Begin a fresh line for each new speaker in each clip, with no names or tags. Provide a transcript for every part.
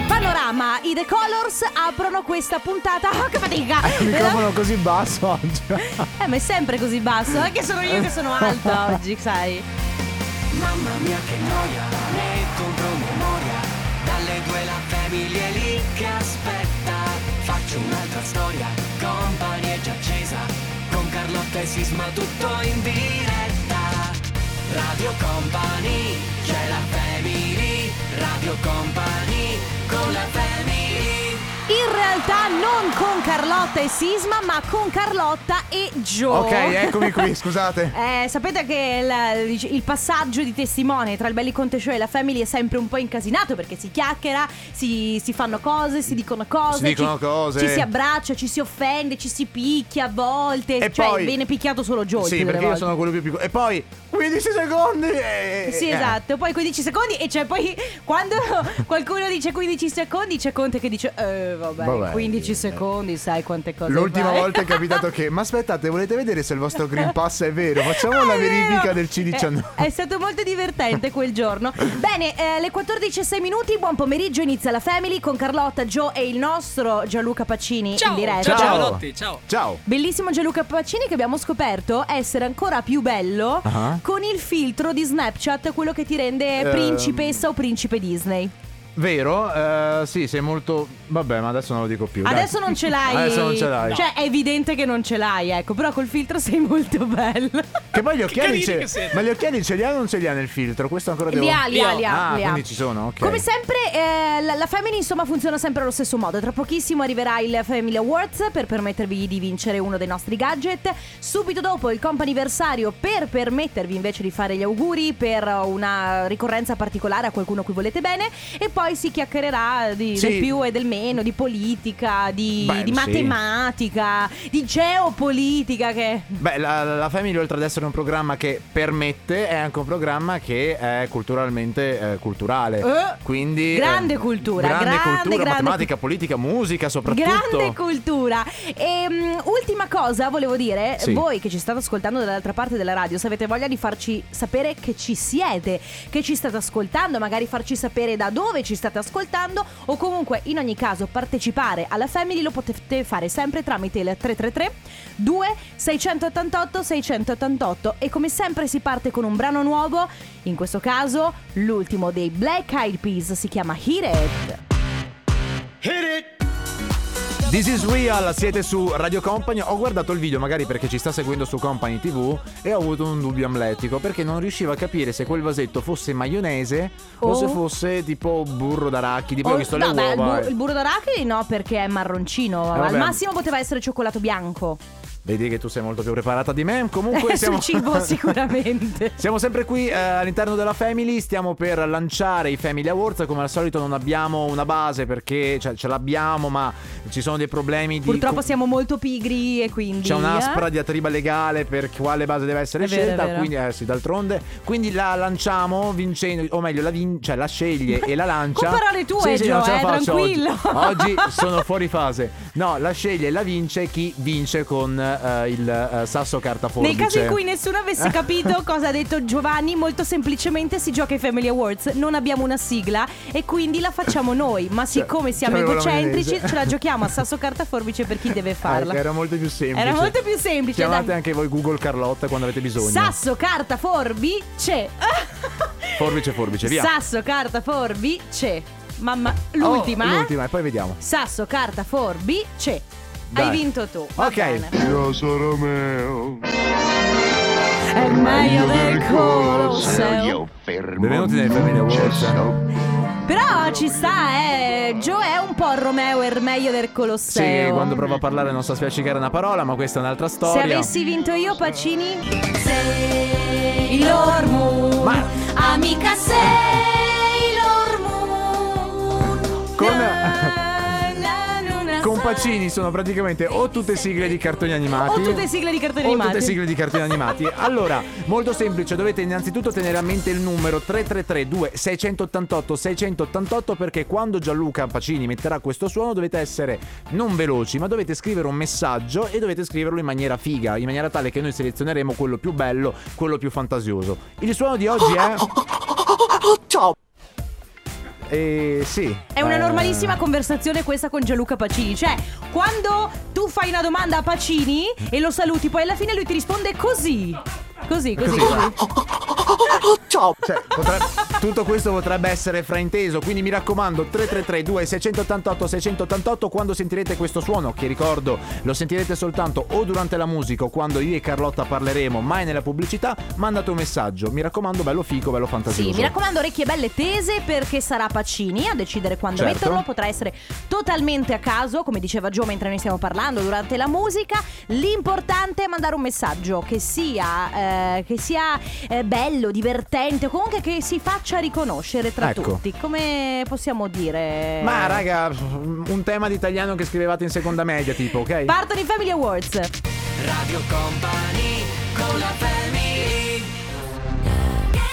chiama I The Colors aprono questa puntata. Oh, che fatica!
Eh, Il microfono così basso oggi.
Eh, ma è sempre così basso, anche sono io che sono alta oggi, sai.
Mamma mia che noia, metto un promemoria Dalle due la famiglia è lì che aspetta Faccio un'altra storia, company è già accesa Con Carlotta e Sisma tutto in diretta Radio Company, c'è la family Radio Company, con la family
In realtà non con Carlotta e Sisma, ma con Carlotta e Gio.
ok, eccomi qui, scusate.
Oh. Eh, sapete che il, dic- il passaggio di testimone tra il Belli Conte Show e la Family è sempre un po' incasinato perché si chiacchiera, si, si fanno cose, si dicono cose,
Si dicono
ci,
cose.
ci si abbraccia, ci si offende, ci si picchia a volte,
E
cioè
poi-
viene picchiato solo Joe.
sì, perché io sono quello più piccolo. E poi 15 secondi. eh,
Sì,
eh.
esatto. Poi 15 secondi e cioè poi quando qualcuno dice 15 secondi c'è Conte che dice "Eh, vabbè,
Vabbè,
15
eh.
secondi, sai quante cose
L'ultima
fai."
volta è capitato che. Ma aspettate, volete vedere se il vostro Green Pass è vero? Facciamo
Ah,
la
è vero.
verifica del
È,
C19.
è stato molto divertente quel giorno. Bene, eh, le 14.06 minuti, buon pomeriggio, inizia la Family con Carlotta, Gio e il nostro Gianluca Pacini in diretta.
Ciao.
Giovanotti, ciao
Eh.
Ciao.
Bellissimo Gianluca Pacini che abbiamo scoperto essere ancora più bello
Ah.
con il filtro di Snapchat, quello che ti rende
Ehm.
principessa o principe Disney.
Vero? Eh, sì, sei molto. Vabbè, ma adesso non lo dico più. dai.
Adesso non ce l'hai.
Adesso non ce l'hai.
Cioè, è evidente che non ce l'hai, ecco. Però col filtro sei molto bello.
Che poi gli occhiali.
carini
ce-
che siete.
Ma gli occhiali ce li ha o non ce li ha nel filtro? Questo ancora devo.
Li ha, li ha, li ha.
Ah,
li ha.
quindi ci sono, ok.
Come sempre, eh, la, la Family insomma funziona sempre allo stesso modo. Tra pochissimo arriverà il Family Awards per permettervi di vincere uno dei nostri gadget. Subito dopo il comp'anniversario per permettervi invece di fare gli auguri per una ricorrenza particolare a qualcuno a cui volete bene. E poi si chiacchiererà di,
Sì.
del più e del meno, di politica, di,
Beh,
di
sì.
matematica, di geopolitica. Che
Beh, la, la Family, oltre ad essere un programma che permette, è anche un programma che è culturalmente eh, culturale.
Eh,
Quindi.
grande cultura,
Grande,
grande,
cultura,
grande-
matematica, politica, musica soprattutto.
Grande cultura. E, mm, ultima cosa volevo dire,
Sì.
voi che ci state ascoltando dall'altra parte della radio, se avete voglia di farci sapere che ci siete, che ci state ascoltando, magari farci sapere da dove ci state ascoltando o comunque in ogni caso partecipare alla Family lo potete fare sempre tramite il 333 2 688 688 e come sempre si parte con un brano nuovo, in questo caso l'ultimo dei Black Eyed Peas si chiama Hit It.
This is real, siete su Radio Company. Ho guardato il video magari perché ci sta seguendo su Company TV e ho avuto un dubbio amletico perché non riuscivo a capire se quel vasetto fosse maionese
Oh.
o se fosse tipo burro d'arachidi. Poi
Oh,
ho visto
no,
le
beh, il,
uova. eh.
bu-
e-
il burro d'arachidi no, perché è marroncino.
Eh,
Al
vabbè.
massimo poteva essere cioccolato bianco. Eh,
Vedi che tu sei molto più preparata di me. Comunque siamo...
Sul cibo, sicuramente.
Siamo sempre qui eh, all'interno della Family, stiamo per lanciare i Family Awards, come al solito non abbiamo una base perché cioè, ce l'abbiamo ma ci sono dei problemi di...
Purtroppo
com-
siamo molto pigri e quindi.
C'è un'aspra
eh.
diatriba legale per quale base deve essere
È vero,
scelta,
è vero.
quindi eh, sì, d'altronde. Quindi la lanciamo vincendo, o meglio, la, vin- cioè, la sceglie e la lancia.
Con parole tue,
sì, sì,
Gio,
non ce la
eh,
faccio
tranquillo.
Oggi. Oggi sono fuori fase. No, la sceglie e la vince chi vince con eh, il eh, sasso carta forbice.
Nel caso in cui nessuno avesse capito cosa ha detto Giovanni, molto semplicemente si gioca ai Family Awards. Non abbiamo una sigla e quindi la facciamo noi. Ma siccome siamo
c'avevo Cioè, la
egocentrici,
milanese.
ce la giochiamo a sasso carta forbice per chi deve farla.
Ah, Era molto più semplice.
Era molto più semplice,
Chiamate
dai.
anche voi Google Carlotta quando avete bisogno.
Sasso, carta, forbice.
Forbice, forbice, via.
Sasso, carta, forbice. Mamma,
Oh,
l'ultima. eh?
l'ultima, e poi vediamo.
Sasso, carta, forbice.
Dai.
Hai vinto tu. Va bene.
Ok.
Io sono Romeo.
È meglio del Colosseo.
Io fermo.
Benvenuti nel Family Awards.
C'è solo
Però ci sta, eh. Joe è un po' il Romeo il meglio del
Sì,
Colosseo.
quando provo a parlare non so spiaccicare una parola, ma questa è un'altra
Se
storia.
avessi vinto io, Pacini. Sei l'ormu.
Ma-
Amica sei l'ormu.
Con- Con Pacini sono praticamente o tutte sigle di cartoni animati.
O tutte sigle di cartoni
o
animati.
tutte sigle di cartoni animati. Allora, molto semplice, dovete innanzitutto tenere a mente il numero 3332 688 688 perché quando Gianluca Pacini metterà questo suono dovete essere non veloci, ma dovete scrivere un messaggio e dovete scriverlo in maniera figa, in maniera tale che noi selezioneremo quello più bello, quello più fantasioso. Il suono di oggi è eh, sì.
È una
Eh,
normalissima conversazione questa con Gianluca Pacini. Cioè, quando tu fai una domanda a Pacini e lo saluti, poi alla fine lui ti risponde così. Così, così.
Così.
così.
Cioè, potrebbe- tutto questo potrebbe essere frainteso, quindi mi raccomando 333 2688 688 quando sentirete questo suono, che ricordo lo sentirete soltanto o durante la musica o quando io e Carlotta parleremo, mai nella pubblicità, mandate un messaggio, mi raccomando bello fico, bello fantasioso.
Sì, mi raccomando, orecchie belle tese perché sarà Pacini a decidere quando
Certo.
metterlo. Potrà essere totalmente a caso, come diceva Gio mentre noi stiamo parlando durante la musica. L'importante è mandare un messaggio che sia, eh, che sia eh, bello, divertente, o comunque che si faccia riconoscere tra
Ecco.
tutti. Come possiamo dire?
Ma raga, un tema di italiano che scrivevate in seconda media, tipo, ok?
Partono i Family Awards.
Radio Company con la family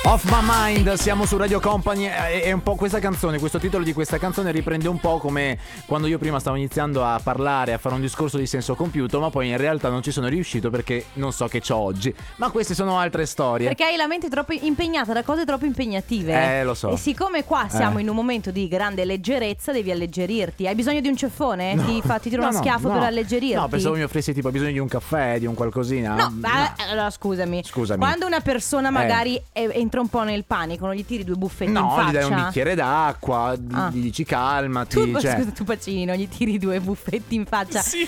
Off My Mind, siamo su Radio Company e e un po' questa canzone, questo titolo di questa canzone riprende un po' come quando io prima stavo iniziando a parlare, a fare un discorso di senso compiuto, ma poi in realtà non ci sono riuscito perché non so che c'ho oggi. Ma queste sono altre storie.
Perché hai la mente troppo impegnata da cose troppo impegnative.
Eh, lo so.
E siccome qua siamo
Eh.
in un momento di grande leggerezza, devi alleggerirti. Hai bisogno di un ceffone?
No.
Ti, fa, ti tiro
No,
uno
no,
schiaffo
no.
per alleggerirti.
No, pensavo mi offrissi tipo bisogno di un caffè, di un qualcosina.
No, ma- allora scusami.
Scusami.
Quando una persona
Eh.
magari eh, entra un po' nel panico, non gli tiri due buffetti eh, in
No,
faccia.
gli dai un bicchiere d'acqua, gli-
Ah.
gli dici calmati.
Tu,
cioè.
scusa, tu Pacini, non gli tiri due buffetti in faccia. Sì.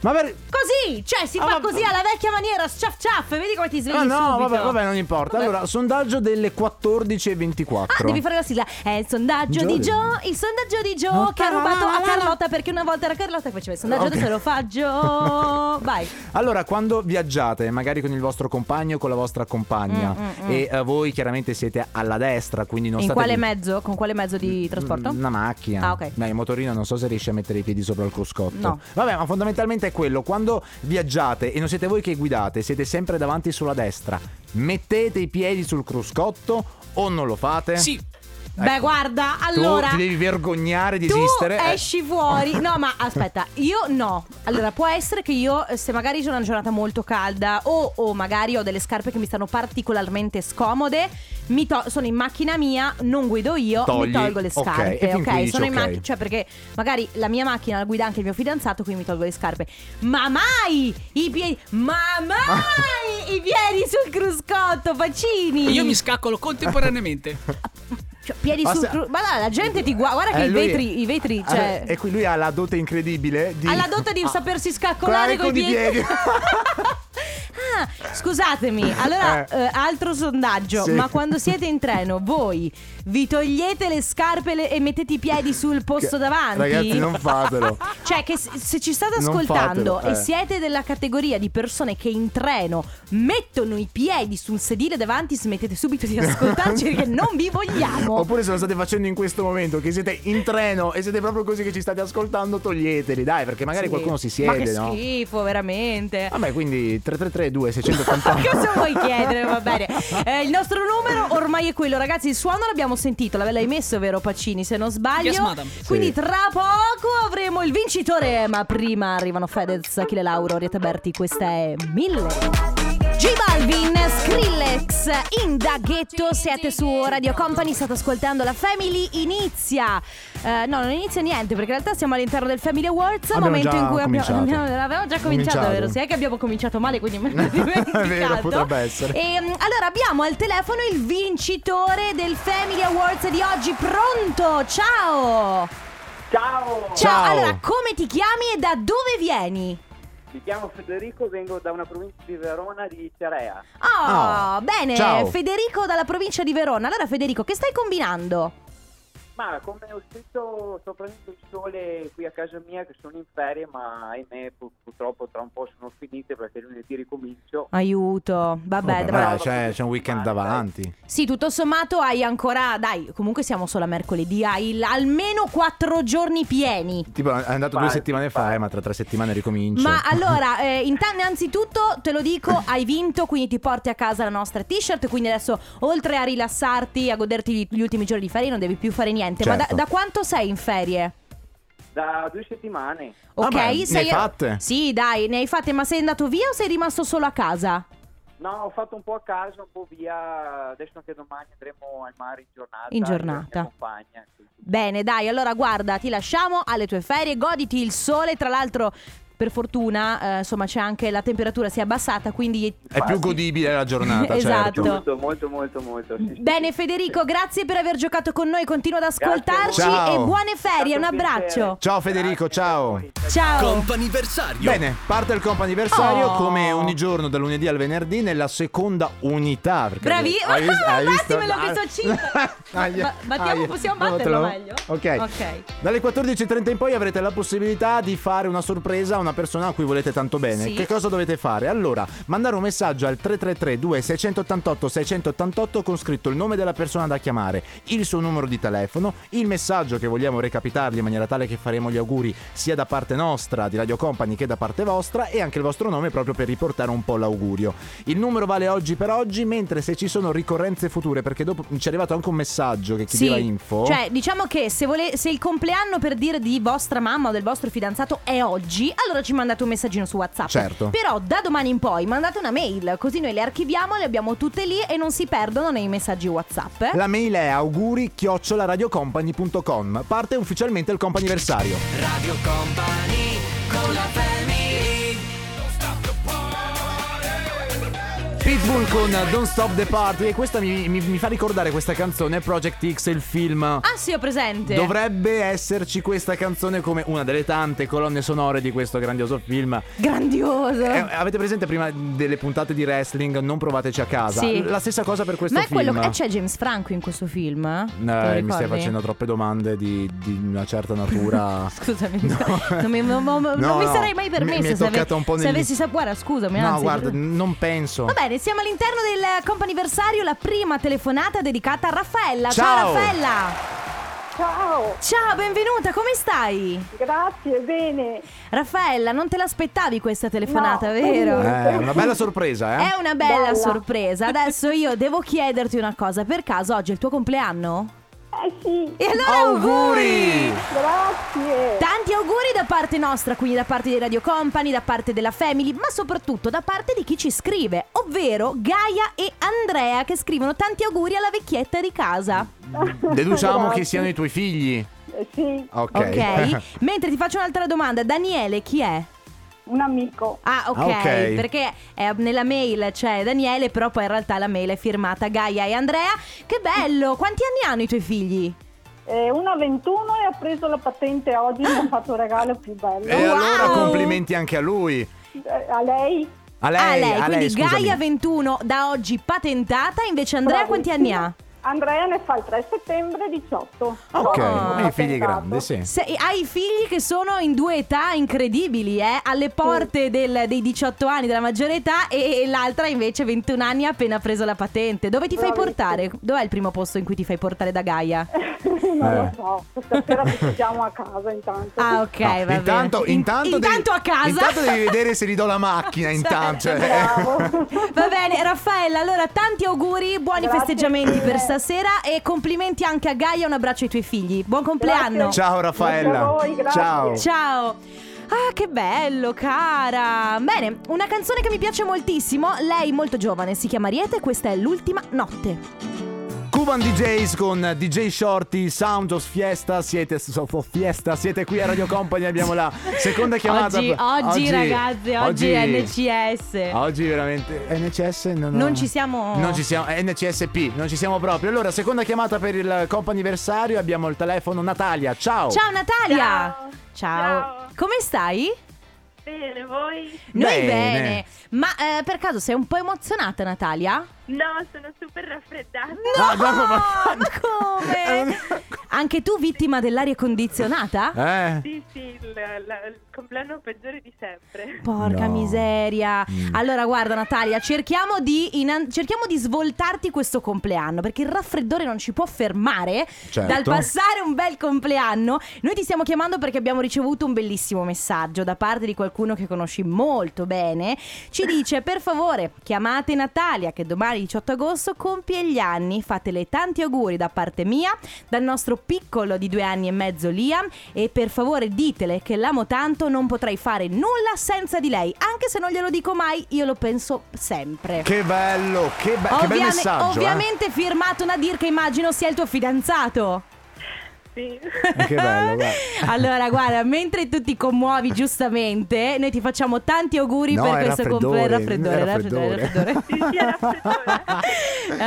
Ma per-
così, cioè si
Ah,
fa
ma-
così alla vecchia maniera, sciaff sciaff, vedi come ti svegli
Ah, no,
subito.
vabbè, vabbè, non importa.
Vabbè.
Allora, sondaggio delle 14.24.
Ah, devi fare la sigla. È il sondaggio di Joe. Il sondaggio di Joe
No,
che ha rubato
no,
a
no,
Carlotta perché una volta era Carlotta che faceva il sondaggio,
Oh, Ok.
adesso lo fa Joe. Vai.
Allora, quando viaggiate, magari con il vostro compagno o con la vostra compagna,
Mm, mm, mm.
e eh, voi chiaramente siete alla destra, quindi non
In
state. mm,
quale mezzo? Con quale mezzo di trasporto?
Una macchina.
Ah, ok.
Beh, il motorino non so se riesce a mettere i piedi sopra il cruscotto.
No.
Vabbè, ma fondamentalmente è quello: quando viaggiate e non siete voi che guidate, siete sempre davanti sulla destra. Mettete i piedi sul cruscotto o non lo fate?
Sì,
Beh,
Ecco.
guarda,
Tu
allora.
ti devi vergognare di
tu
esistere. eh.
esci fuori. No, ma aspetta, io no. Allora, può essere che io, eh, se magari c'è una giornata molto calda o, o magari ho delle scarpe che mi stanno particolarmente scomode, mi to- sono in macchina mia, non guido io, mi
Togli,
tolgo le
ok,
scarpe.
e fin qui dici
sono in
ok.
macchina, cioè perché magari la mia macchina la guida anche il mio fidanzato, quindi mi tolgo le scarpe. Ma mai i piedi, ma mai i piedi sul cruscotto, Facini.
io mi scaccolo contemporaneamente.
Cioè, piedi
Ma
sul
se-
cru- Ma no, la gente ti guarda. Guarda che
Eh,
i
lui-
vetri, i vetri,
Ah,
cioè.
beh, E qui lui ha la dote incredibile di...
Ha la dote di sapersi scaccolare
con
coi
i Ah. piedi.
ah, scusatemi. Allora,
Eh.
eh, altro sondaggio.
Sì.
Ma quando siete in treno, voi vi togliete le scarpe le- e mettete i piedi sul posto
Che-
davanti?
Ragazzi, non fatelo.
Cioè, che se, se ci state
Non
ascoltando
fatelo, eh.
e siete della categoria di persone che in treno mettono i piedi sul sedile davanti, smettete subito di ascoltarci perché non vi vogliamo.
Oppure se lo state facendo in questo momento, che siete in treno e siete proprio così che ci state ascoltando, toglieteli, dai, perché magari
Sì.
qualcuno si
Ma che
siede, no?
schifo, veramente.
Vabbè, quindi 3332
Ma
688.
Cosa vuoi chiedere? Va bene. Eh, il nostro numero ormai è quello, ragazzi. Il suono l'abbiamo sentito, l'ave- l'hai messo, vero Pacini? Se non sbaglio.
Yes, madam.
Quindi
Sì.
tra poco avremo il vincitore. Ma prima arrivano Fedez, Achille Lauro, Orietta Berti. Questa è 1000. G Balvin, Skrillex, Indaghetto, siete su Radio Company, state ascoltando la Family, inizia, eh, no non inizia niente perché in realtà siamo all'interno del Family Awards,
Abbiamo
momento
già
in cui abbiamo,
cominciato.
abbiamo- avevamo già cominciato,
Cominciato.
vero? Sì, è che abbiamo cominciato male, quindi me l'ho dimenticato.
È vero, potrebbe essere.
Ehm, allora, abbiamo al telefono il vincitore del Family Awards di oggi. Pronto? Ciao!
Ciao,
Ciao!
Ciao.
Allora, come ti chiami e da dove vieni?
mi chiamo Federico, vengo da una provincia di Verona di Cerea.
Ah,
Oh,
bene,
ciao.
Federico dalla provincia di Verona. Allora, Federico, che stai combinando?
Ma come ho scritto, sto prendendo il sole qui a casa mia che sono in ferie, ma ahimè pur- purtroppo tra un po' sono finite perché lunedì ricomincio.
Ah. Aiuto, vabbè,
Vabbè,
tra
dai, c'è, c'è un weekend davanti.
Sì, tutto sommato hai ancora, dai, comunque siamo solo a mercoledì, hai l- almeno quattro giorni pieni.
Tipo, è andato due
Vai,
settimane fa, eh, ma tra tre settimane ricomincio.
Ma allora, eh, intan- innanzitutto te lo dico, hai vinto, quindi ti porti a casa la nostra t-shirt. Quindi adesso, oltre a rilassarti, a goderti gli, gli ultimi giorni di ferie, non devi più fare niente. Ma da,
Certo.
da quanto sei in ferie?
Da due settimane
Ok,
Vabbè, Ah, ne
sei
hai fatte?
Sì, dai, ne hai fatte, ma sei andato via o sei rimasto solo a casa?
No, ho fatto un po' a caso, un po' via. Adesso anche domani andremo al mare in giornata.
In giornata.
in Compagna, sì.
Bene, dai, allora guarda, ti lasciamo alle tue ferie, goditi il sole, tra l'altro per fortuna, eh, insomma, c'è anche la temperatura si è abbassata, quindi
È più godibile la giornata,
Esatto.
certo.
Molto, molto, molto, molto. sì, sì,
Bene
sì.
Federico,
Sì.
grazie per aver giocato con noi, continua ad
Grazie a voi.
ascoltarci
Ciao.
e buone ferie, un
È stato
abbraccio.
piacere.
Ciao, Federico,
Grazie
ciao.
a voi.
Ciao.
Comp'anniversario.
Bene, parte il comp'anniversario
Oh.
come ogni giorno dal lunedì al venerdì nella seconda unità. perché-
Bravi- Ah,
Hai vis- hai
Matti
visto? Ah.
me l'ha messo a cinque.
Aia,
Ba- battiamo-
aia.
possiamo
No,
batterlo
te lo-
meglio?
Ok.
Ok.
Dalle 14.30 in poi avrete la possibilità di fare una sorpresa a una persona a cui volete tanto bene.
Sì.
Che cosa dovete fare? Allora, mandare un messaggio al 333-2688-688 con scritto il nome della persona da chiamare, il suo numero di telefono, il messaggio che vogliamo recapitargli in maniera tale che faremo gli auguri sia da parte nostra di Radio Company che da parte vostra e anche il vostro nome proprio per riportare un po' l'augurio. Il numero vale oggi per oggi, mentre se ci sono ricorrenze future, perché dopo ci è arrivato anche un messaggio che chiedeva info.
Cioè, diciamo che se, vole- se il compleanno per dire di vostra mamma o del vostro fidanzato è oggi, allora ci mandate un messaggino su WhatsApp.
Certo.
Però da domani in poi mandate una mail, così noi le archiviamo, le abbiamo tutte lì e non si perdono nei messaggi WhatsApp.
La mail è auguri radiocompany.com Parte ufficialmente il comp'anniversario.
Radio Company con la family
Pitbull con Don't Stop the Party e questa mi, mi- mi fa ricordare questa canzone Project X, il film.
Ah, sì, ho presente.
Dovrebbe esserci questa canzone come una delle tante colonne sonore di questo grandioso film.
Grandioso.
Eh, avete presente prima delle puntate di wrestling? Non provateci a casa.
Sì.
La stessa cosa per questo
Ma è
film.
quello. eh, c'è James Franco in questo film?
No,
Te lo
mi stai
ricordi?
facendo troppe domande di, di una certa natura.
Scusami,
No.
non, mi, non- non- non
No,
mi
no.
sarei mai
Mi-
permesso
mi è
se, ave-
toccata un po'
se
nel-
avessi saputo. Guarda, scusami.
no,
anzi,
guarda,
per-
non penso.
Va bene, siamo all'interno del comp'anniversario, la prima telefonata dedicata a Raffaella. Ciao,
Ciao.
Raffaella!
Ciao,
Ciao, benvenuta, come stai?
grazie, bene.
Raffaella, non te l'aspettavi questa telefonata,
No.
vero?
Eh, una bella sorpresa, eh?
È una bella,
Bella.
sorpresa. Adesso io devo chiederti una cosa, per caso oggi è il tuo compleanno?
Eh sì,
E allora
Auguri!
grazie.
Tanti auguri da parte nostra, quindi da parte di Radio Company, da parte della Family, ma soprattutto da parte di chi ci scrive, ovvero Gaia e Andrea che scrivono tanti auguri alla vecchietta di casa.
Deduciamo
Grazie.
che siano i tuoi figli.
Eh sì,
Ok.
ok? Mentre ti faccio un'altra domanda, Daniele chi è?
un amico.
Ah, ok,
Ah, ok.
perché eh, nella mail c'è Daniele, però poi in realtà la mail è firmata Gaia e Andrea. Che bello! Quanti anni hanno i tuoi figli?
Eh, una 21 e ha preso la patente oggi, mi ha fatto un regalo più bello.
e
Wow!
allora complimenti anche a lui.
Eh, a lei?
A lei,
ah, lei,
a lei,
quindi
scusami.
Gaia 21 da oggi patentata, invece Andrea
Bravissima.
quanti anni ha?
Andrea ne fa il 3 settembre 18.
Ah, Ok,
Oh,
e i figli
attentato.
grandi, sì.
Se- hai figli che sono in due età incredibili, eh? alle porte del- dei 18 anni della maggiore età e, e l'altra invece 21 anni ha appena preso la patente. Dove ti fai
Bravissima.
portare? Dov'è il primo posto in cui ti fai portare da Gaia?
non
Eh.
lo so, questa sera festeggiamo a casa intanto.
Ah, ok,
No,
va bene.
intanto,
In-
intanto, devi-
intanto a casa.
Intanto devi vedere se gli do la macchina. Intanto, cioè.
Bravo.
Va bene, Raffaella, allora tanti auguri, buoni
Grazie
festeggiamenti
mille.
per stasera e complimenti anche a Gaia, un abbraccio ai tuoi figli. Buon compleanno.
Grazie.
Ciao Raffaella.
Grazie a voi, grazie.
Ciao.
Ciao. Ah, che bello, cara. Bene, una canzone che mi piace moltissimo, lei molto giovane, si chiama Riete, questa è l'ultima notte.
Cuban DJs con DJ Shorty, Sound of Fiesta, siete so- so- Fiesta, siete qui a Radio Company, abbiamo la seconda chiamata.
Oggi, oggi, ragazzi, oggi, NCS.
Oggi veramente NCS non,
Non ci siamo-
Ah, Non ci siamo eh, NCSP, non ci siamo proprio. Allora, seconda chiamata per il comp'anniversario, abbiamo il telefono Natalia. Ciao.
Ciao Natalia.
Ciao. Ciao.
Come stai?
Bene, voi?
Noi
Bene.
bene. Ma eh, per caso sei un po' emozionata Natalia?
No, sono super raffreddata.
Ah, no, ma-
ma come? Anche tu vittima dell'aria condizionata?
Eh?
Sì, sì, il, la- il compleanno peggiore di sempre.
Porca
No.
miseria.
Mm.
Allora, guarda, Natalia, cerchiamo di, inan- cerchiamo di svoltarti questo compleanno perché il raffreddore non ci può fermare
Certo.
dal passare un bel compleanno. Noi ti stiamo chiamando perché abbiamo ricevuto un bellissimo messaggio da parte di qualcuno che conosci molto bene. Ci dice: per favore, chiamate Natalia, che domani 18 agosto compie gli anni. Fatele tanti auguri da parte mia, dal nostro piccolo di due anni e mezzo, Liam. E per favore ditele che l'amo tanto, non non potrei fare nulla senza di lei. Anche se non glielo dico mai, io lo penso sempre.
Che bello, che, be- che bel
Ovviame-
messaggio. eh.
Ovviamente firmato Nadir che immagino sia il tuo fidanzato.
Sì.
Che bello, guarda.
allora, guarda, mentre tu ti commuovi giustamente, noi ti facciamo tanti auguri
No,
per
era
questo
raffreddore,
compleanno. Raffreddore,
era
raffreddore, raffreddore.
raffreddore.
Sì, sì, era raffreddore.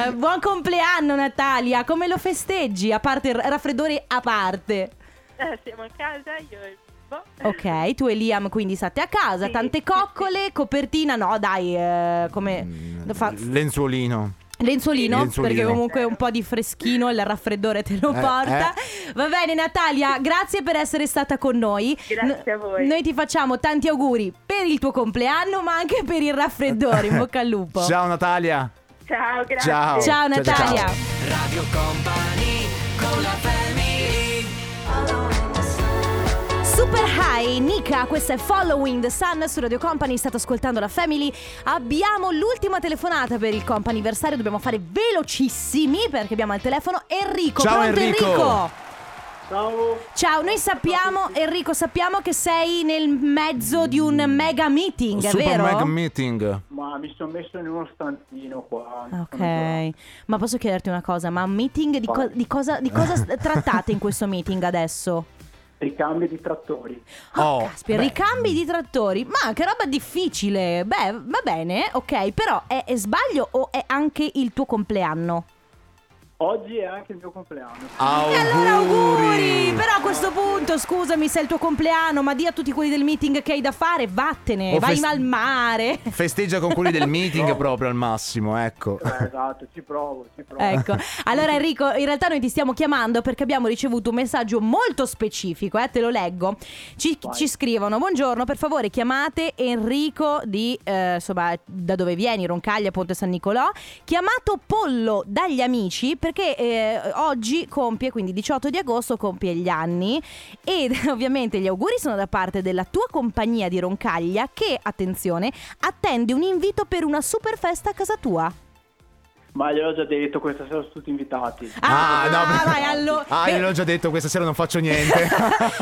Eh, buon compleanno, Natalia. Come lo festeggi? A parte il raffreddore a parte.
Eh, siamo a casa, io e Boh.
Ok, tu e Liam quindi state a casa,
Sì.
tante coccole, copertina, no dai, eh, come...
Mm,
fa-
Lenzuolino.
Lenzuolino,
Lenzuolino.
perché comunque un po' di freschino il raffreddore te lo
Eh,
porta. Va bene Natalia, grazie per essere stata con noi.
Grazie a voi.
Noi ti facciamo tanti auguri per il tuo compleanno, ma anche per il raffreddore, in bocca al lupo.
Ciao Natalia.
Ciao, grazie.
Ciao.
Ciao, Natalia.
Radio Company con la family
Super High, Nika, questa è Following the Sun su Radio Company, state ascoltando la Family. Abbiamo l'ultima telefonata per il comp anniversario, dobbiamo fare velocissimi perché abbiamo al telefono Enrico.
Ciao,
Pronto
Enrico?
Ciao,
Ciao, noi sappiamo, Enrico, sappiamo che sei nel mezzo di un mega meeting, è
Super
vero?
Mega Meeting.
ma mi sono messo in uno stantino qua.
Ok, ma posso chiederti una cosa, ma un meeting di, co- di cosa, di cosa s- trattate in questo meeting adesso?
Ricambio di trattori.
Ah,
Oh,
caspita,
beh.
ricambi di trattori. Ma che roba difficile. Beh, va bene, ok. Però è, è sbaglio o è anche il tuo compleanno?
Oggi è anche il mio compleanno.
E allora auguri! Però a questo punto, scusami se è il tuo compleanno, ma di a tutti quelli del meeting che hai da fare, vattene,
O
eh, vai
fest-
al mare.
Festeggia con quelli del meeting
No.
proprio al massimo, ecco.
Eh, esatto, ci provo, ci provo.
Ecco, allora Enrico, in realtà noi ti stiamo chiamando perché abbiamo ricevuto un messaggio molto specifico, eh, te lo leggo. Ci,
Vai.
ci scrivono, buongiorno, per favore chiamate Enrico di, eh, insomma, da dove vieni, Roncaglia, Ponte San Nicolò, chiamato Pollo dagli amici perché eh, oggi compie, quindi 18 di agosto compie gli anni e ovviamente gli auguri sono da parte della tua compagnia di Roncaglia che, attenzione, attende un invito per una super festa a casa tua.
Ma gliel'ho già detto, questa sera sono tutti invitati.
Ah,
no,
vai, allo-
Ah, io l'ho già detto, questa sera non faccio niente.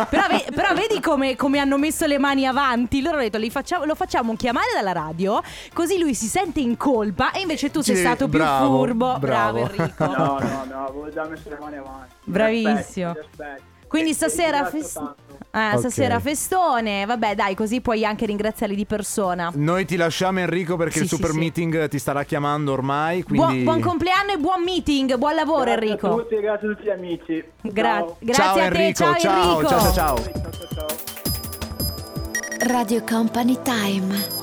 però, ve- però vedi come, come hanno messo le mani avanti. Loro hanno detto: li facciamo- Lo facciamo chiamare dalla radio, così lui si sente in colpa. E invece tu sei
Sì,
stato
bravo,
più furbo.
bravo.
Enrico.
No, no, no, avevo già messo le mani avanti.
Ah.
Mi
Bravissimo.
aspetti, mi aspetti.
Quindi
E- e
stasera,
ringrazio
fes-
Eh, esatto, tanto.
Ah,
Ok.
stasera festone. Vabbè, dai, così puoi anche ringraziarli di persona.
Noi ti lasciamo Enrico
Sì,
perché il
sì,
super
sì.
meeting ti starà chiamando ormai,
Buon-
quindi
buon compleanno e buon meeting. Buon lavoro,
Grazie a
Enrico.
tutti, grazie a tutti gli amici.
Gra-
Ciao.
grazie a te.
Enrico,
ciao,
ciao,
Enrico.
ciao, ciao, ciao.
Ciao, ciao, ciao.
Radio Company Time.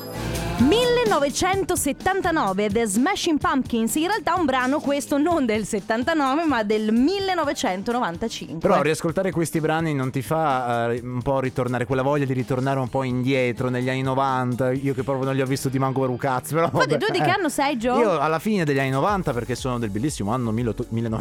1979 The Smashing Pumpkins, in realtà un brano questo non del 79 ma del 1995.
Però riascoltare questi brani non ti fa eh, un po' ritornare quella voglia di ritornare un po' indietro negli anni 90. Io che proprio non li ho visto di manco per un cazzo. Però
Tu-
vabbè,
tu di che
eh.
anno sei, Gio?
Io alla fine degli anni 90 perché sono del bellissimo anno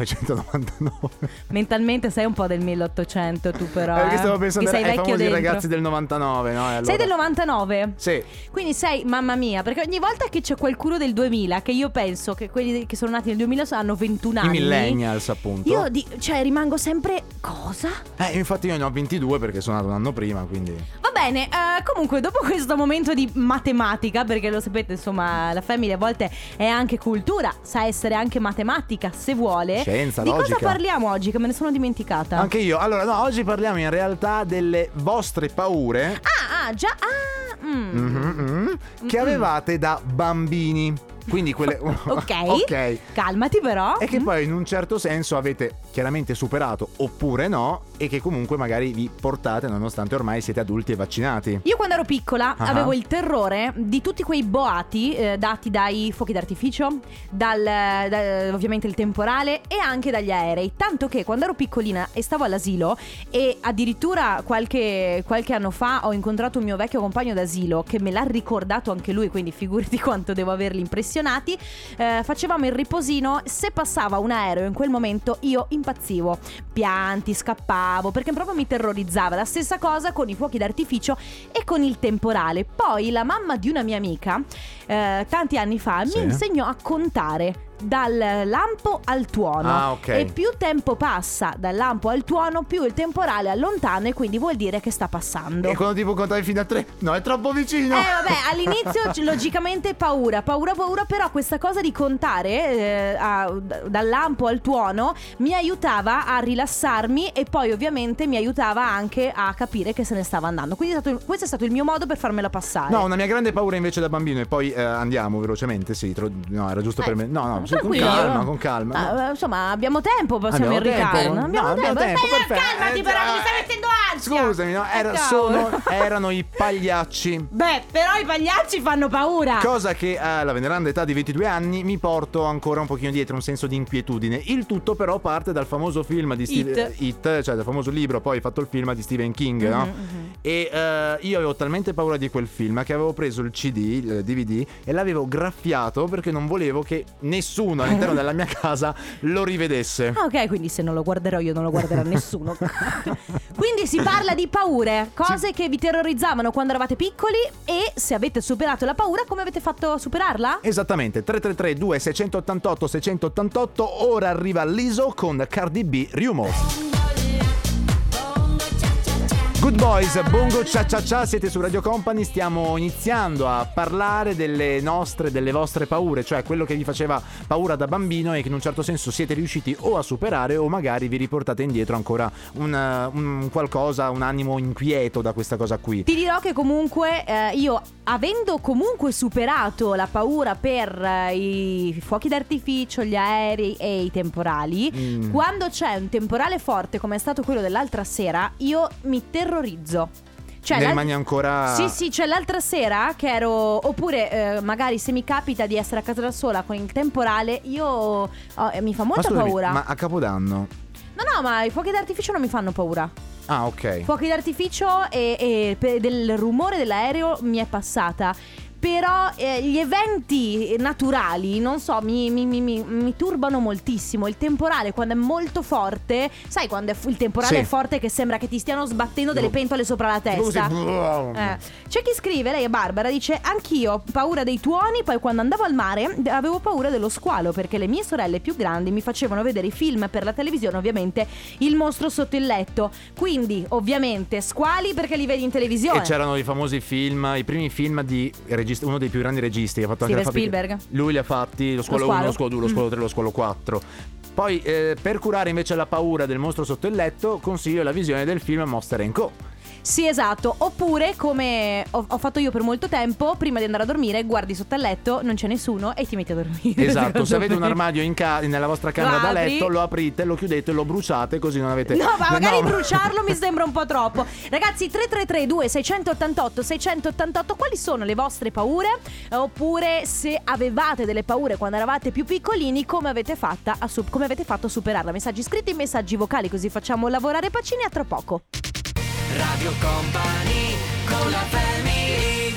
1999.
Mentalmente sei un po' del 1800 tu però.
perché
eh,
stavo pensando
che sei
ai
vecchio
famosi
dentro.
ragazzi del 99, no? E allora-
Sei del 99?
Sì.
Quindi sei, mamma mia, perché ogni volta che c'è qualcuno del 2000 che io penso che quelli che sono nati nel 2000 hanno 21
I
anni.
millennials, appunto.
Io di- cioè rimango sempre cosa?
Eh, infatti io ne ho 22 perché sono nato un anno prima, quindi...
Va bene, eh, comunque dopo questo momento di matematica, perché lo sapete insomma la famiglia a volte è anche cultura, sa essere anche matematica se vuole.
Scienza,
di
logica.
cosa parliamo oggi che me ne sono dimenticata?
Anche io. Allora, no, oggi parliamo in realtà delle vostre paure
Ah, ah, già, ah, mm.
mhm, mhm, che avevate da bambini. Quindi quelle...
Ok. Mm-hmm.
ok.
Calmati però.
E che poi in un certo senso avete chiaramente superato oppure no e che comunque magari vi portate nonostante ormai siete adulti e vaccinati.
Io quando ero piccola
Ah.
avevo il terrore di tutti quei boati eh, dati dai fuochi d'artificio, dal, da- ovviamente il temporale e anche dagli aerei. Tanto che quando ero piccolina e stavo all'asilo e addirittura qualche, qualche anno fa ho incontrato un mio vecchio compagno d'asilo che me l'ha ricordato anche lui, quindi figurati quanto devo averli impressionati, eh, facevamo il riposino, se passava un aereo in quel momento io impazzivo, pianti, scappavo, perché proprio mi terrorizzava. La stessa cosa con i fuochi d'artificio e con il temporale. Poi la mamma di una mia amica, eh, tanti anni fa,
Sì.
mi insegnò a contare. dal lampo al tuono.
Ah, ok.
E più tempo passa dal lampo al tuono, più il temporale è lontano e quindi vuol dire che sta passando.
E quando ti può contare fino a tre? No, è troppo vicino.
Eh vabbè, all'inizio c- logicamente paura, paura, paura, però questa cosa di contare eh, a- d- dal lampo al tuono mi aiutava a rilassarmi e poi ovviamente mi aiutava anche a capire che se ne stava andando. Quindi è stato- questo è stato il mio modo per farmela passare.
No, una mia grande paura invece da bambino e poi eh, andiamo velocemente, sì, tro- no, era giusto
Eh,
per me. No, no, sì, con
tranquillo.
calma, con calma.
Ah, eh, insomma, abbiamo tempo, possiamo
Abbiamo
irritare.
tempo.
no? Abbiamo
No,
tempo. Aspetta,
perfetto.
calmati,
Eh,
però mi
eh,
stai mettendo ansia.
Scusami, no, era-
Eh, cavolo.
sono- erano i pagliacci.
Beh, però i pagliacci fanno paura.
Cosa che alla veneranda età di 22 anni mi porto ancora un pochino dietro, un senso di inquietudine. Il tutto però parte dal famoso film di Steve-
It.
It, cioè dal famoso libro, poi fatto il film di Stephen King, no?
Mhm, mhm.
E eh, io avevo talmente paura di quel film che avevo preso il CD, il DVD, e l'avevo graffiato perché non volevo che nessuno all'interno della mia casa lo rivedesse.
Ah, ok, quindi se non lo guarderò io non lo guarderà nessuno. quindi si parla di paure, cose che vi terrorizzavano quando eravate piccoli e se avete superato la paura, come avete fatto a superarla?
Esattamente, 333 688 688 ora arriva l'ISO con Cardi B Rumor. Good Boys, Bongo Cia Cia Cia, siete su Radio Company, stiamo iniziando a parlare delle nostre, delle vostre paure, cioè quello che vi faceva paura da bambino e che in un certo senso siete riusciti o a superare o magari vi riportate indietro ancora un, eh, un qualcosa, un animo inquieto da questa cosa qui.
Ti dirò che comunque eh, io, avendo comunque superato la paura per eh, i fuochi d'artificio, gli aerei e i temporali,
Mm.
quando c'è un temporale forte come è stato quello dell'altra sera, io mi terrorizzo. Cioè,
ne
l'al-
rimani ancora...
Sì, sì, cioè l'altra sera che ero. Oppure, eh, magari se mi capita di essere a casa da sola con il temporale, io. oh, eh, mi fa
Ma
molta
scusami,
paura.
Ma a Capodanno?
No, no, ma i fuochi d'artificio non mi fanno paura.
Ah, ok.
Fuochi d'artificio e, e per- del rumore dell'aereo mi è passata. Però eh, gli eventi naturali, non so, mi, mi- mi- mi- mi turbano moltissimo. Il temporale, quando è molto forte, sai quando è fu- il temporale
Sì.
è forte che sembra che ti stiano sbattendo delle
Tipo-
pentole sopra la
Tipo
testa?
così.
Eh, C'è chi scrive, lei è Barbara, dice Anch'io ho paura dei tuoni, poi quando andavo al mare d- avevo paura dello squalo perché le mie sorelle più grandi mi facevano vedere i film per la televisione, ovviamente il mostro sotto il letto. Quindi ovviamente squali perché li vedi in televisione.
E c'erano i famosi film, i primi film di regista- uno dei più grandi registi che ha fatto
Steven
anche la fabbrica-
Spielberg.
Lui li ha fatti, lo squalo
Lo
1, lo
squalo. Mm.
squalo 2, lo squalo 3, lo squalo 4. Poi eh, per curare invece la paura del mostro sotto il letto consiglio la visione del film Monster Co.
Sì, esatto. Oppure, come ho, ho fatto io per molto tempo, prima di andare a dormire, guardi sotto al letto, non c'è nessuno e ti metti a dormire. secondo
Esatto, se avete
me.
un armadio in ca- nella vostra camera
Lo
da
apri.
letto lo aprite, lo chiudete, lo bruciate così non avete...
No, ma magari
no, ma-
bruciarlo mi sembra un po' troppo. Ragazzi, 3332 688 688, quali sono le vostre paure? Eh, Oppure se avevate delle paure quando eravate più piccolini, come avete, fatta a su- come avete fatto a superarla? Messaggi scritti, messaggi vocali, così facciamo lavorare Pacini a tra poco.
Radio Company con la family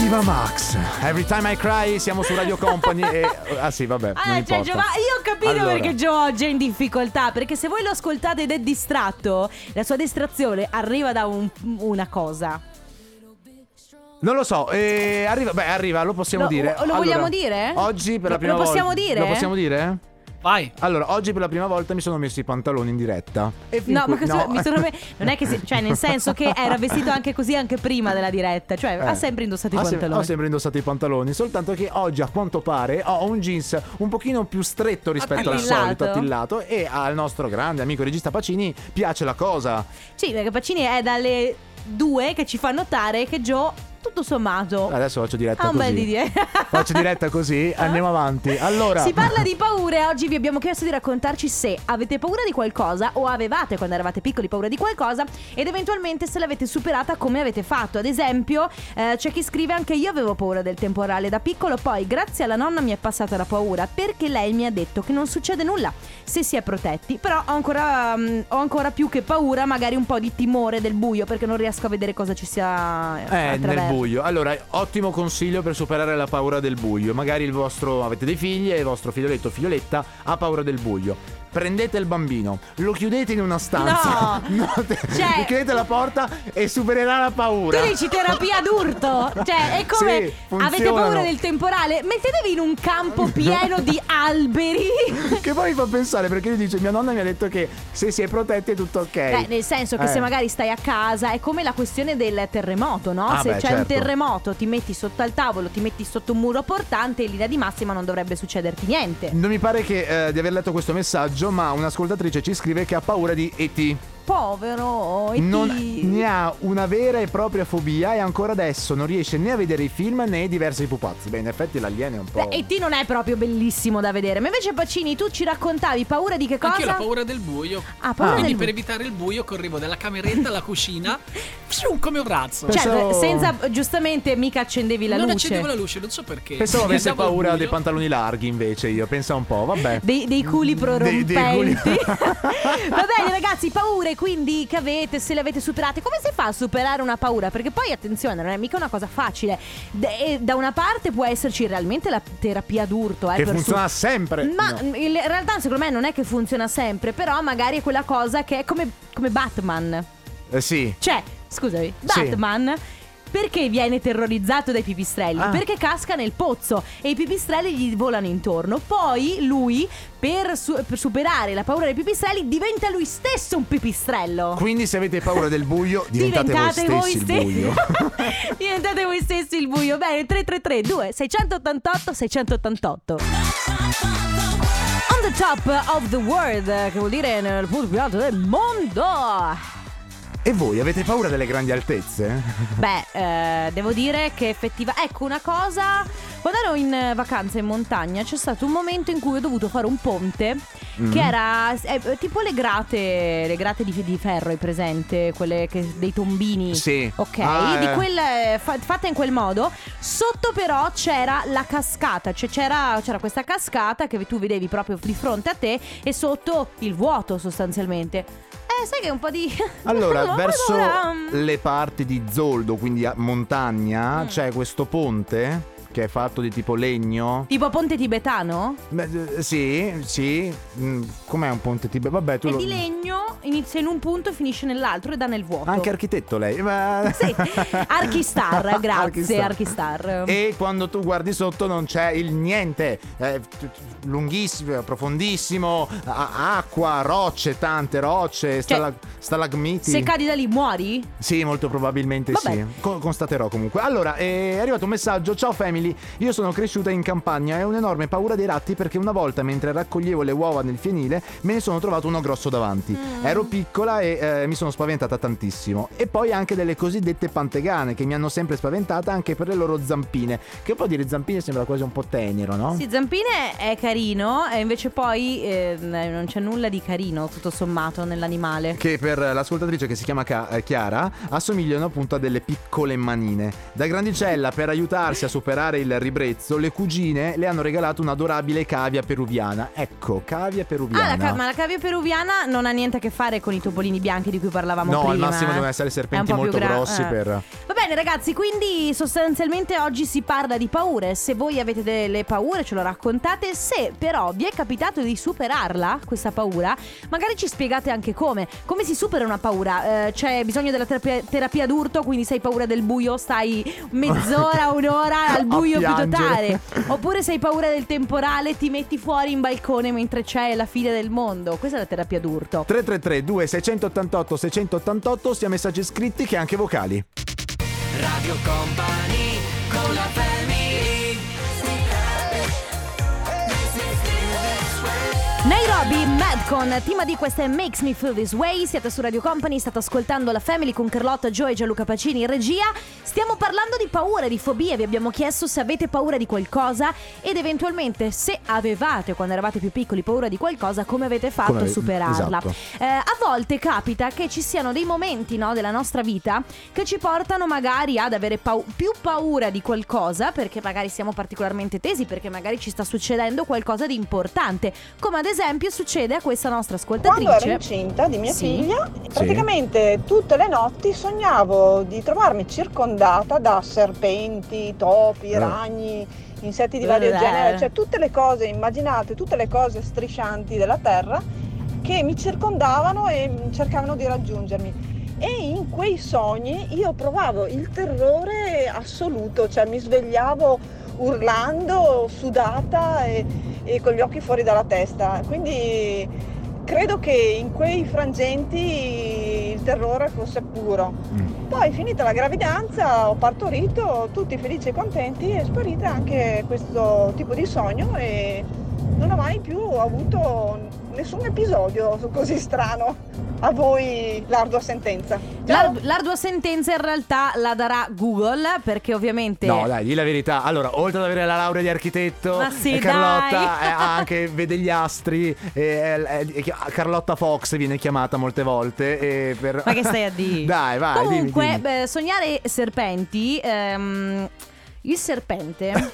Iva Max, Every Time I Cry, siamo su Radio Company e... Ah sì, vabbè, non
Ah,
importa.
cioè, Giova- io ho capito
Allora.
perché Gio oggi è in difficoltà. Perché se voi lo ascoltate ed è distratto, la sua distrazione arriva da un- una cosa.
Non lo so, eh, arriva, beh, arriva, lo possiamo
Lo-
dire.
lo vogliamo dire?
Oggi per la
Lo-
prima
lo
volta.
possiamo dire?
Lo possiamo dire?
Vai.
Allora, oggi per la prima volta mi sono messo i pantaloni in diretta. E fin
No,
qui-
ma cosa- mi sono me- non è che si- cioè nel senso che era vestito anche così anche prima della diretta, cioè ha
Eh.
sempre indossato i
Ha sem-
pantaloni.
ho sempre indossato i pantaloni, soltanto che oggi a quanto pare ho un jeans un pochino più stretto rispetto al
Attillato.
solito, attillato e al nostro grande amico regista Pacini piace la cosa.
Sì, perché Pacini è dalle due che ci fa notare che Joe tutto sommato
Adesso faccio diretta
ha un
così.
bel DD.
Faccio diretta così, andiamo avanti. Allora
Si parla di paure, oggi vi abbiamo chiesto di raccontarci se avete paura di qualcosa o avevate quando eravate piccoli paura di qualcosa ed eventualmente se l'avete superata come avete fatto. Ad esempio eh, c'è chi scrive anche io avevo paura del temporale da piccolo, poi grazie alla nonna mi è passata la paura perché lei mi ha detto che non succede nulla se si è protetti, però ho ancora, mm, ho ancora più che paura magari un po' di timore del buio perché non riesco a vedere cosa ci sia
Eh, nel
attraverso.
buio. Allora, ottimo consiglio per superare la paura del buio. Magari il vostro avete dei figli e il vostro figlioletto o figlioletta ha paura del buio. prendete il bambino, lo chiudete in una stanza,
No.
te-
Cioè-
gli chiudete la porta e supererà la paura.
Tu dici terapia d'urto, cioè è come
Sì,
avete
funzionano.
paura del temporale, mettetevi in un campo pieno di alberi.
Che poi mi fa pensare perché lui dice mia nonna mi ha detto che se si è protetti è tutto ok.
Beh, nel senso che
Eh.
se magari stai a casa è come la questione del terremoto, no?
Ah,
se
beh,
c'è un
certo.
terremoto ti metti sotto al tavolo, ti metti sotto un muro portante e linea di massima non dovrebbe succederti niente.
Non mi pare che, eh, di aver letto questo messaggio, ma un'ascoltatrice ci scrive che ha paura di E.T.
Povero, oh, e
Non,
ti-
ne ha una vera e propria fobia e ancora adesso non riesce né a vedere i film né i diversi pupazzi. Beh, in effetti l'alieno è un po'.
Beh, E.T. non è proprio bellissimo da vedere. Ma invece, Pacini, tu ci raccontavi paura di che cosa?
Anche io ho la paura del buio.
Ah, paura
Quindi
del
per evitare il buio correvo dalla cameretta alla cucina, pshu, come un razzo.
Cioè,
Pensavo-
senza, giustamente, mica accendevi la
non
luce.
accendevo la luce, non so perché.
Pensavo
Mi
avesse
andavo al
paura
buio.
dei pantaloni larghi invece io, pensa un po', vabbè.
Dei, dei culi prorompenti.
culi-
Va bene, ragazzi, paure quindi che avete, se le avete superate, come si fa a superare una paura? Perché poi, attenzione, non è mica una cosa facile. De- e da una parte può esserci realmente la terapia d'urto, eh,
Che
per su-
funziona sempre.
Ma
No.
in realtà secondo me non è che funziona sempre, però magari è quella cosa che è come, come Batman.
Eh, sì.
Cioè, scusami,
Sì.
Batman. Perché viene terrorizzato dai pipistrelli?
Ah.
Perché casca nel pozzo e i pipistrelli gli volano intorno. Poi lui, per, su- per superare la paura dei pipistrelli, diventa lui stesso un pipistrello.
Quindi se avete paura del buio, diventate, voi stessi il buio.
diventate voi stessi il buio. Bene, 333 2 688 688. On the top of the world, che vuol dire nel punto più alto del mondo.
e voi avete paura delle grandi altezze?
Beh, eh, devo dire che effettiva. Ecco una cosa. Quando ero in eh, vacanza in montagna c'è stato un momento in cui ho dovuto fare un ponte
Mm.
che era eh, tipo le grate, le grate di, di ferro, hai presente? Quelle che- dei tombini.
Sì.
Ok,
Ah,
di
eh.
quel, eh, fa- fatta in quel modo. Sotto però c'era la cascata, cioè c'era, c'era questa cascata che tu vedevi proprio di fronte a te e sotto il vuoto sostanzialmente. Eh, sai che un po' di...
Allora,
Ho
verso
paura.
le parti di Zoldo, quindi a montagna,
Mm.
c'è questo ponte che è fatto di tipo legno.
Tipo ponte tibetano?
Beh, eh, sì, sì. Mm, Com'è un ponte tibetano? Vabbè, tu
È
lo...
di legno, inizia in un punto e finisce nell'altro e dà nel vuoto.
Anche architetto lei. Ma-
Sì, Archistar, grazie, Archistar.
E quando tu guardi sotto non c'è il niente, è t- t- lunghissimo, profondissimo, a- acqua, rocce, tante
Cioè,
rocce, stala- stalagmiti.
Se cadi da lì muori?
Sì, molto probabilmente
Vabbè.
sì. Co- constaterò comunque. Allora, eh, è arrivato un messaggio. Ciao family, io sono cresciuta in campagna e ho un'enorme paura dei ratti perché una volta mentre raccoglievo le uova nel fienile me ne sono trovato uno grosso davanti.
Mm.
Ero piccola e eh, mi sono spaventata tantissimo. E poi anche delle cosiddette pantegane che mi hanno sempre spaventata anche per le loro zampine. Che può dire zampine sembra quasi un po' tenero, no?
Sì, Zampine è carino, e invece poi eh, non c'è nulla di carino, tutto sommato, nell'animale.
che per l'ascoltatrice che si chiama Ca- eh, Chiara assomigliano appunto a delle piccole manine. Da grandicella, per aiutarsi a superare il ribrezzo, le cugine le hanno regalato un'adorabile cavia peruviana. Ecco, cavia peruviana.
Ah, la ca- ma la cavia peruviana non ha niente a che fare con i topolini bianchi di cui parlavamo
No,
prima.
al massimo
eh.
devono essere serpenti
È un po'
molto
più gra-
grossi
eh.
per-
Va bene ragazzi, quindi sostanzialmente oggi si parla di paure. Se voi avete delle paure ce lo raccontate, se però vi è capitato di superarla, questa paura, magari ci spiegate anche come. Come si supera una paura? Eh, c'è bisogno della terapia, terapia d'urto, quindi se hai paura del buio stai mezz'ora, un'ora al
A
buio più
piangere.
totale. Oppure se hai paura del temporale ti metti fuori in balcone mentre c'è la fine del mondo. Questa è la terapia d'urto.
333 2688 688 sia messaggi scritti che anche vocali.
Radio Company con la family
Nairobi, Madcon, prima di questa è Makes Me Feel This Way, siete su Radio Company, state ascoltando la Family con Carlotta, Joe e Gianluca Pacini in regia. Stiamo parlando di paure, di fobie, vi abbiamo chiesto se avete paura di qualcosa ed eventualmente se avevate quando eravate più piccoli paura di qualcosa, come avete fatto
Come
a
ave-
superarla.
esatto.
Eh, a volte capita che ci siano dei momenti no, della nostra vita che ci portano magari ad avere pau- più paura di qualcosa perché magari siamo particolarmente tesi, perché magari ci sta succedendo qualcosa di importante, come ad esempio succede a questa nostra
Quando ero
ascoltatrice.
incinta di mia
Sì.
figlia, praticamente tutte le notti sognavo di trovarmi circondata da serpenti, topi,
Eh.
ragni, insetti di vario
Eh.
genere, cioè tutte le cose immaginate, tutte le cose striscianti della terra che mi circondavano e cercavano di raggiungermi. E in quei sogni io provavo il terrore assoluto, cioè mi svegliavo urlando, sudata e, e con gli occhi fuori dalla testa. Quindi credo che in quei frangenti il terrore fosse puro.
Mm.
Poi finita la gravidanza ho partorito, tutti felici e contenti, è sparita anche questo tipo di sogno e non ho mai più avuto nessun episodio così strano. A voi l'ardua sentenza. Ciao.
L'ar- l'ardua sentenza in realtà la darà Google perché ovviamente...
No, dai, di la verità. Allora, oltre ad avere la laurea di architetto,
Ma sì,
eh, Carlotta
dai.
eh, ha anche vede gli astri. eh, eh, eh, chi- Carlotta Fox viene chiamata molte volte. eh, per-
Ma che stai a dire?
Dai, vai. dimmi,
Comunque,
dimmi.
beh, sognare serpenti, ehm, il serpente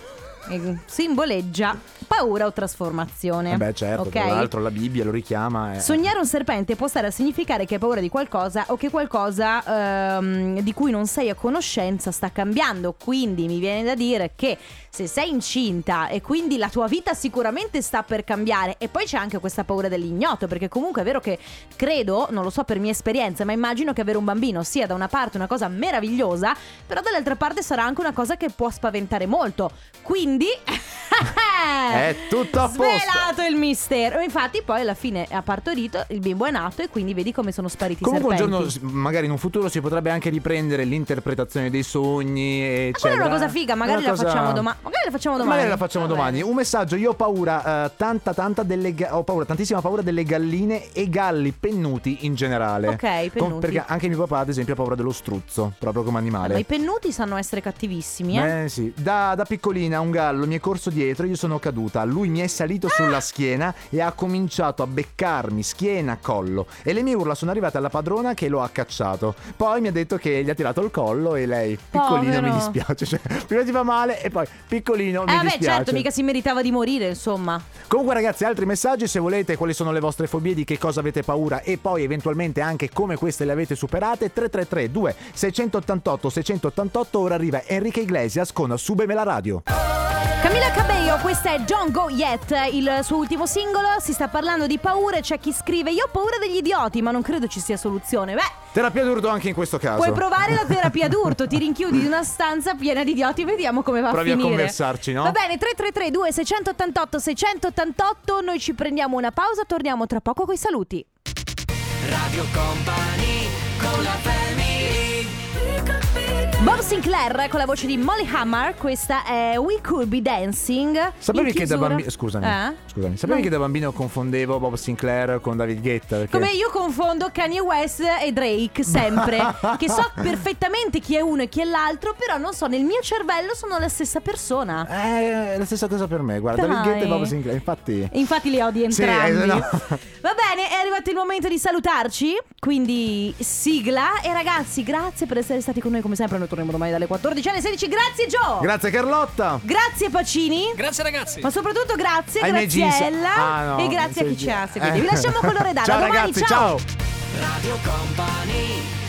eh, simboleggia paura o trasformazione.
Eh Beh, certo,
ok?
tra l'altro la Bibbia lo richiama. eh.
Sognare un serpente può stare a significare che hai paura di qualcosa o che qualcosa ehm, di cui non sei a conoscenza sta cambiando. Quindi mi viene da dire che se sei incinta e quindi la tua vita sicuramente sta per cambiare e poi c'è anche questa paura dell'ignoto perché comunque è vero che credo, non lo so per mia esperienza, ma immagino che avere un bambino sia da una parte una cosa meravigliosa, però dall'altra parte sarà anche una cosa che può spaventare molto. Quindi
È tutto a posto.
Svelato il mistero. Infatti, poi alla fine ha partorito, il bimbo è nato e quindi vedi come sono spariti
Comunque
i
un
serpenti.
giorno, s- magari in un futuro, si potrebbe anche riprendere l'interpretazione dei sogni.
Ma
eccetera.
quella è una cosa figa, magari
Una
la,
cosa-
facciamo doma- magari la facciamo domani.
Magari la facciamo
Va
domani.
bene.
Un messaggio, io ho paura, eh, tanta, tanta delle ga- ho paura, tantissima paura delle galline e galli pennuti in generale.
Ok, pennuti.
perché anche mio papà, ad esempio, ha paura dello struzzo, proprio come
Ma i
animale.
pennuti sanno essere cattivissimi, eh?
Eh, sì. da, da piccolina un gallo mi è corso dietro, io sono caduta, lui mi è
Ah!
salito sulla schiena e ha cominciato a beccarmi schiena, collo e le mie urla sono arrivate alla padrona che lo ha cacciato. Poi mi ha detto che gli ha tirato il collo e lei, piccolino
Povero.
mi dispiace, cioè, prima ti fa male e poi piccolino mi
eh, vabbè,
dispiace.
certo, mica si meritava di morire, insomma.
Comunque ragazzi, altri messaggi se volete, quali sono le vostre fobie, di che cosa avete paura e poi eventualmente anche come queste le avete superate, 333 2 688 688, ora arriva Enrique Iglesias con Subemela Radio.
Camila Cabello, questo è John Go Yet, il suo ultimo singolo. Si sta parlando di paure. C'è chi scrive: Io ho paura degli idioti, ma non credo ci sia soluzione. Beh,
Terapia d'urto anche in questo caso.
Puoi provare la terapia d'urto, ti rinchiudi in una stanza piena di idioti, vediamo come va
Provi
a
a
finire.
conversarci, no?
Va bene, 3332 688 688, noi ci prendiamo una pausa, torniamo tra poco coi saluti.
Radio Company con la family
Bob Sinclair con la voce di Molly Hammer, questa è We Could Be Dancing.
Sapevi
In
che da
chiusura-
bambino scusami,
Eh?
scusami, sapevi
No.
che da bambino confondevo Bob Sinclair con David Guetta perché
Come io confondo Kanye West e Drake sempre, che so perfettamente chi è uno e chi è l'altro, però non so, nel mio cervello sono la stessa persona.
Eh, è la stessa cosa per me, guarda, David
Dai.
Guetta e Bob Sinclair, infatti
Infatti li odi
Sì,
entrambi.
eh, no.
Va bene, è arrivato il momento di salutarci, quindi sigla. E ragazzi, grazie per essere stati con noi come sempre. Noi torniamo domani dalle 14 alle 16. Grazie Gio!
Grazie Carlotta.
grazie Pacini.
Grazie ragazzi.
Ma soprattutto grazie,
Ai miei jeans.
Graziella
Ah, no,
e grazie a chi
sì,
ci ha
eh.
seguito. Vi lasciamo con Loredana.
Ciao
domani,
ragazzi,
ciao.
ciao.
Radio Company